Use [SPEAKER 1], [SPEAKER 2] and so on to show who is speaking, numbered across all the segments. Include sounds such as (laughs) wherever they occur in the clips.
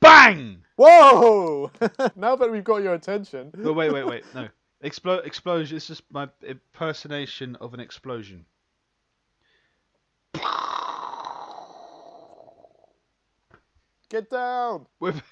[SPEAKER 1] Bang!
[SPEAKER 2] Whoa! (laughs) now that we've got your attention.
[SPEAKER 1] No, wait, wait, wait. No. Explo- explosion. This is my impersonation of an explosion.
[SPEAKER 2] Get down! (laughs)
[SPEAKER 1] With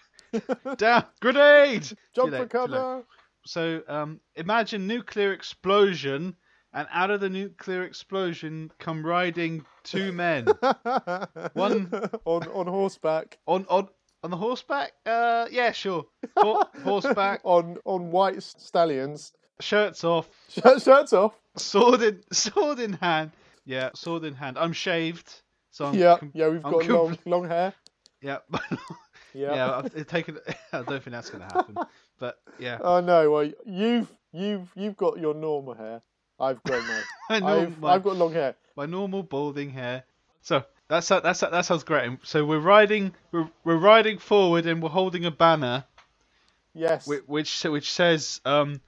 [SPEAKER 1] down grenade. Too
[SPEAKER 2] Jump for
[SPEAKER 1] late, too late.
[SPEAKER 2] cover!
[SPEAKER 1] So um, imagine nuclear explosion, and out of the nuclear explosion come riding two
[SPEAKER 2] (laughs)
[SPEAKER 1] men (laughs)
[SPEAKER 2] One (laughs) on on horseback.
[SPEAKER 1] on on on the horseback. Uh, yeah, sure. Hor-
[SPEAKER 2] (laughs)
[SPEAKER 1] horseback,
[SPEAKER 2] On on white stallions. (laughs)
[SPEAKER 1] shirts off,
[SPEAKER 2] Shirt, shirts off.
[SPEAKER 1] sword in sword in hand. Yeah, sword in hand. I'm shaved, so I'm
[SPEAKER 2] Yeah,
[SPEAKER 1] com-
[SPEAKER 2] yeah, we've
[SPEAKER 1] I'm
[SPEAKER 2] got
[SPEAKER 1] compl-
[SPEAKER 2] long long hair.
[SPEAKER 1] yeah. (laughs)
[SPEAKER 2] Yeah.
[SPEAKER 1] yeah, I've taken. (laughs) I don't think that's gonna
[SPEAKER 2] (laughs)
[SPEAKER 1] happen. But yeah,
[SPEAKER 2] Oh no, well you've you've you've got your normal hair. I've grown
[SPEAKER 1] (laughs)
[SPEAKER 2] mine.
[SPEAKER 1] I know
[SPEAKER 2] I've,
[SPEAKER 1] my-
[SPEAKER 2] I've got long hair.
[SPEAKER 1] my normal balding hair. So that's that. That's that sounds great. And So we're riding, we're, we're riding forward, and we're holding a banner
[SPEAKER 2] Yes.
[SPEAKER 1] which which, which says, um,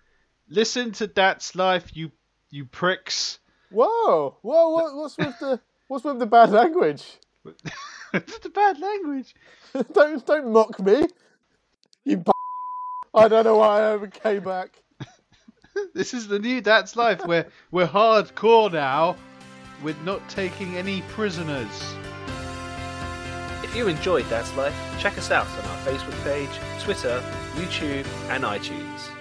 [SPEAKER 1] "Listen to Dat's life, you you pricks." (laughs)
[SPEAKER 2] Whoa, whoa, what, what's with the what's with the bad language? (laughs)
[SPEAKER 1] That's a bad language.
[SPEAKER 2] don't don't mock me. You b- I don't know why I ever came back.
[SPEAKER 1] This is the new Dat's life. We're we're hardcore now. We're not taking any prisoners.
[SPEAKER 3] If you enjoyed Dad's Life, check us out on our Facebook page, Twitter, YouTube, and iTunes.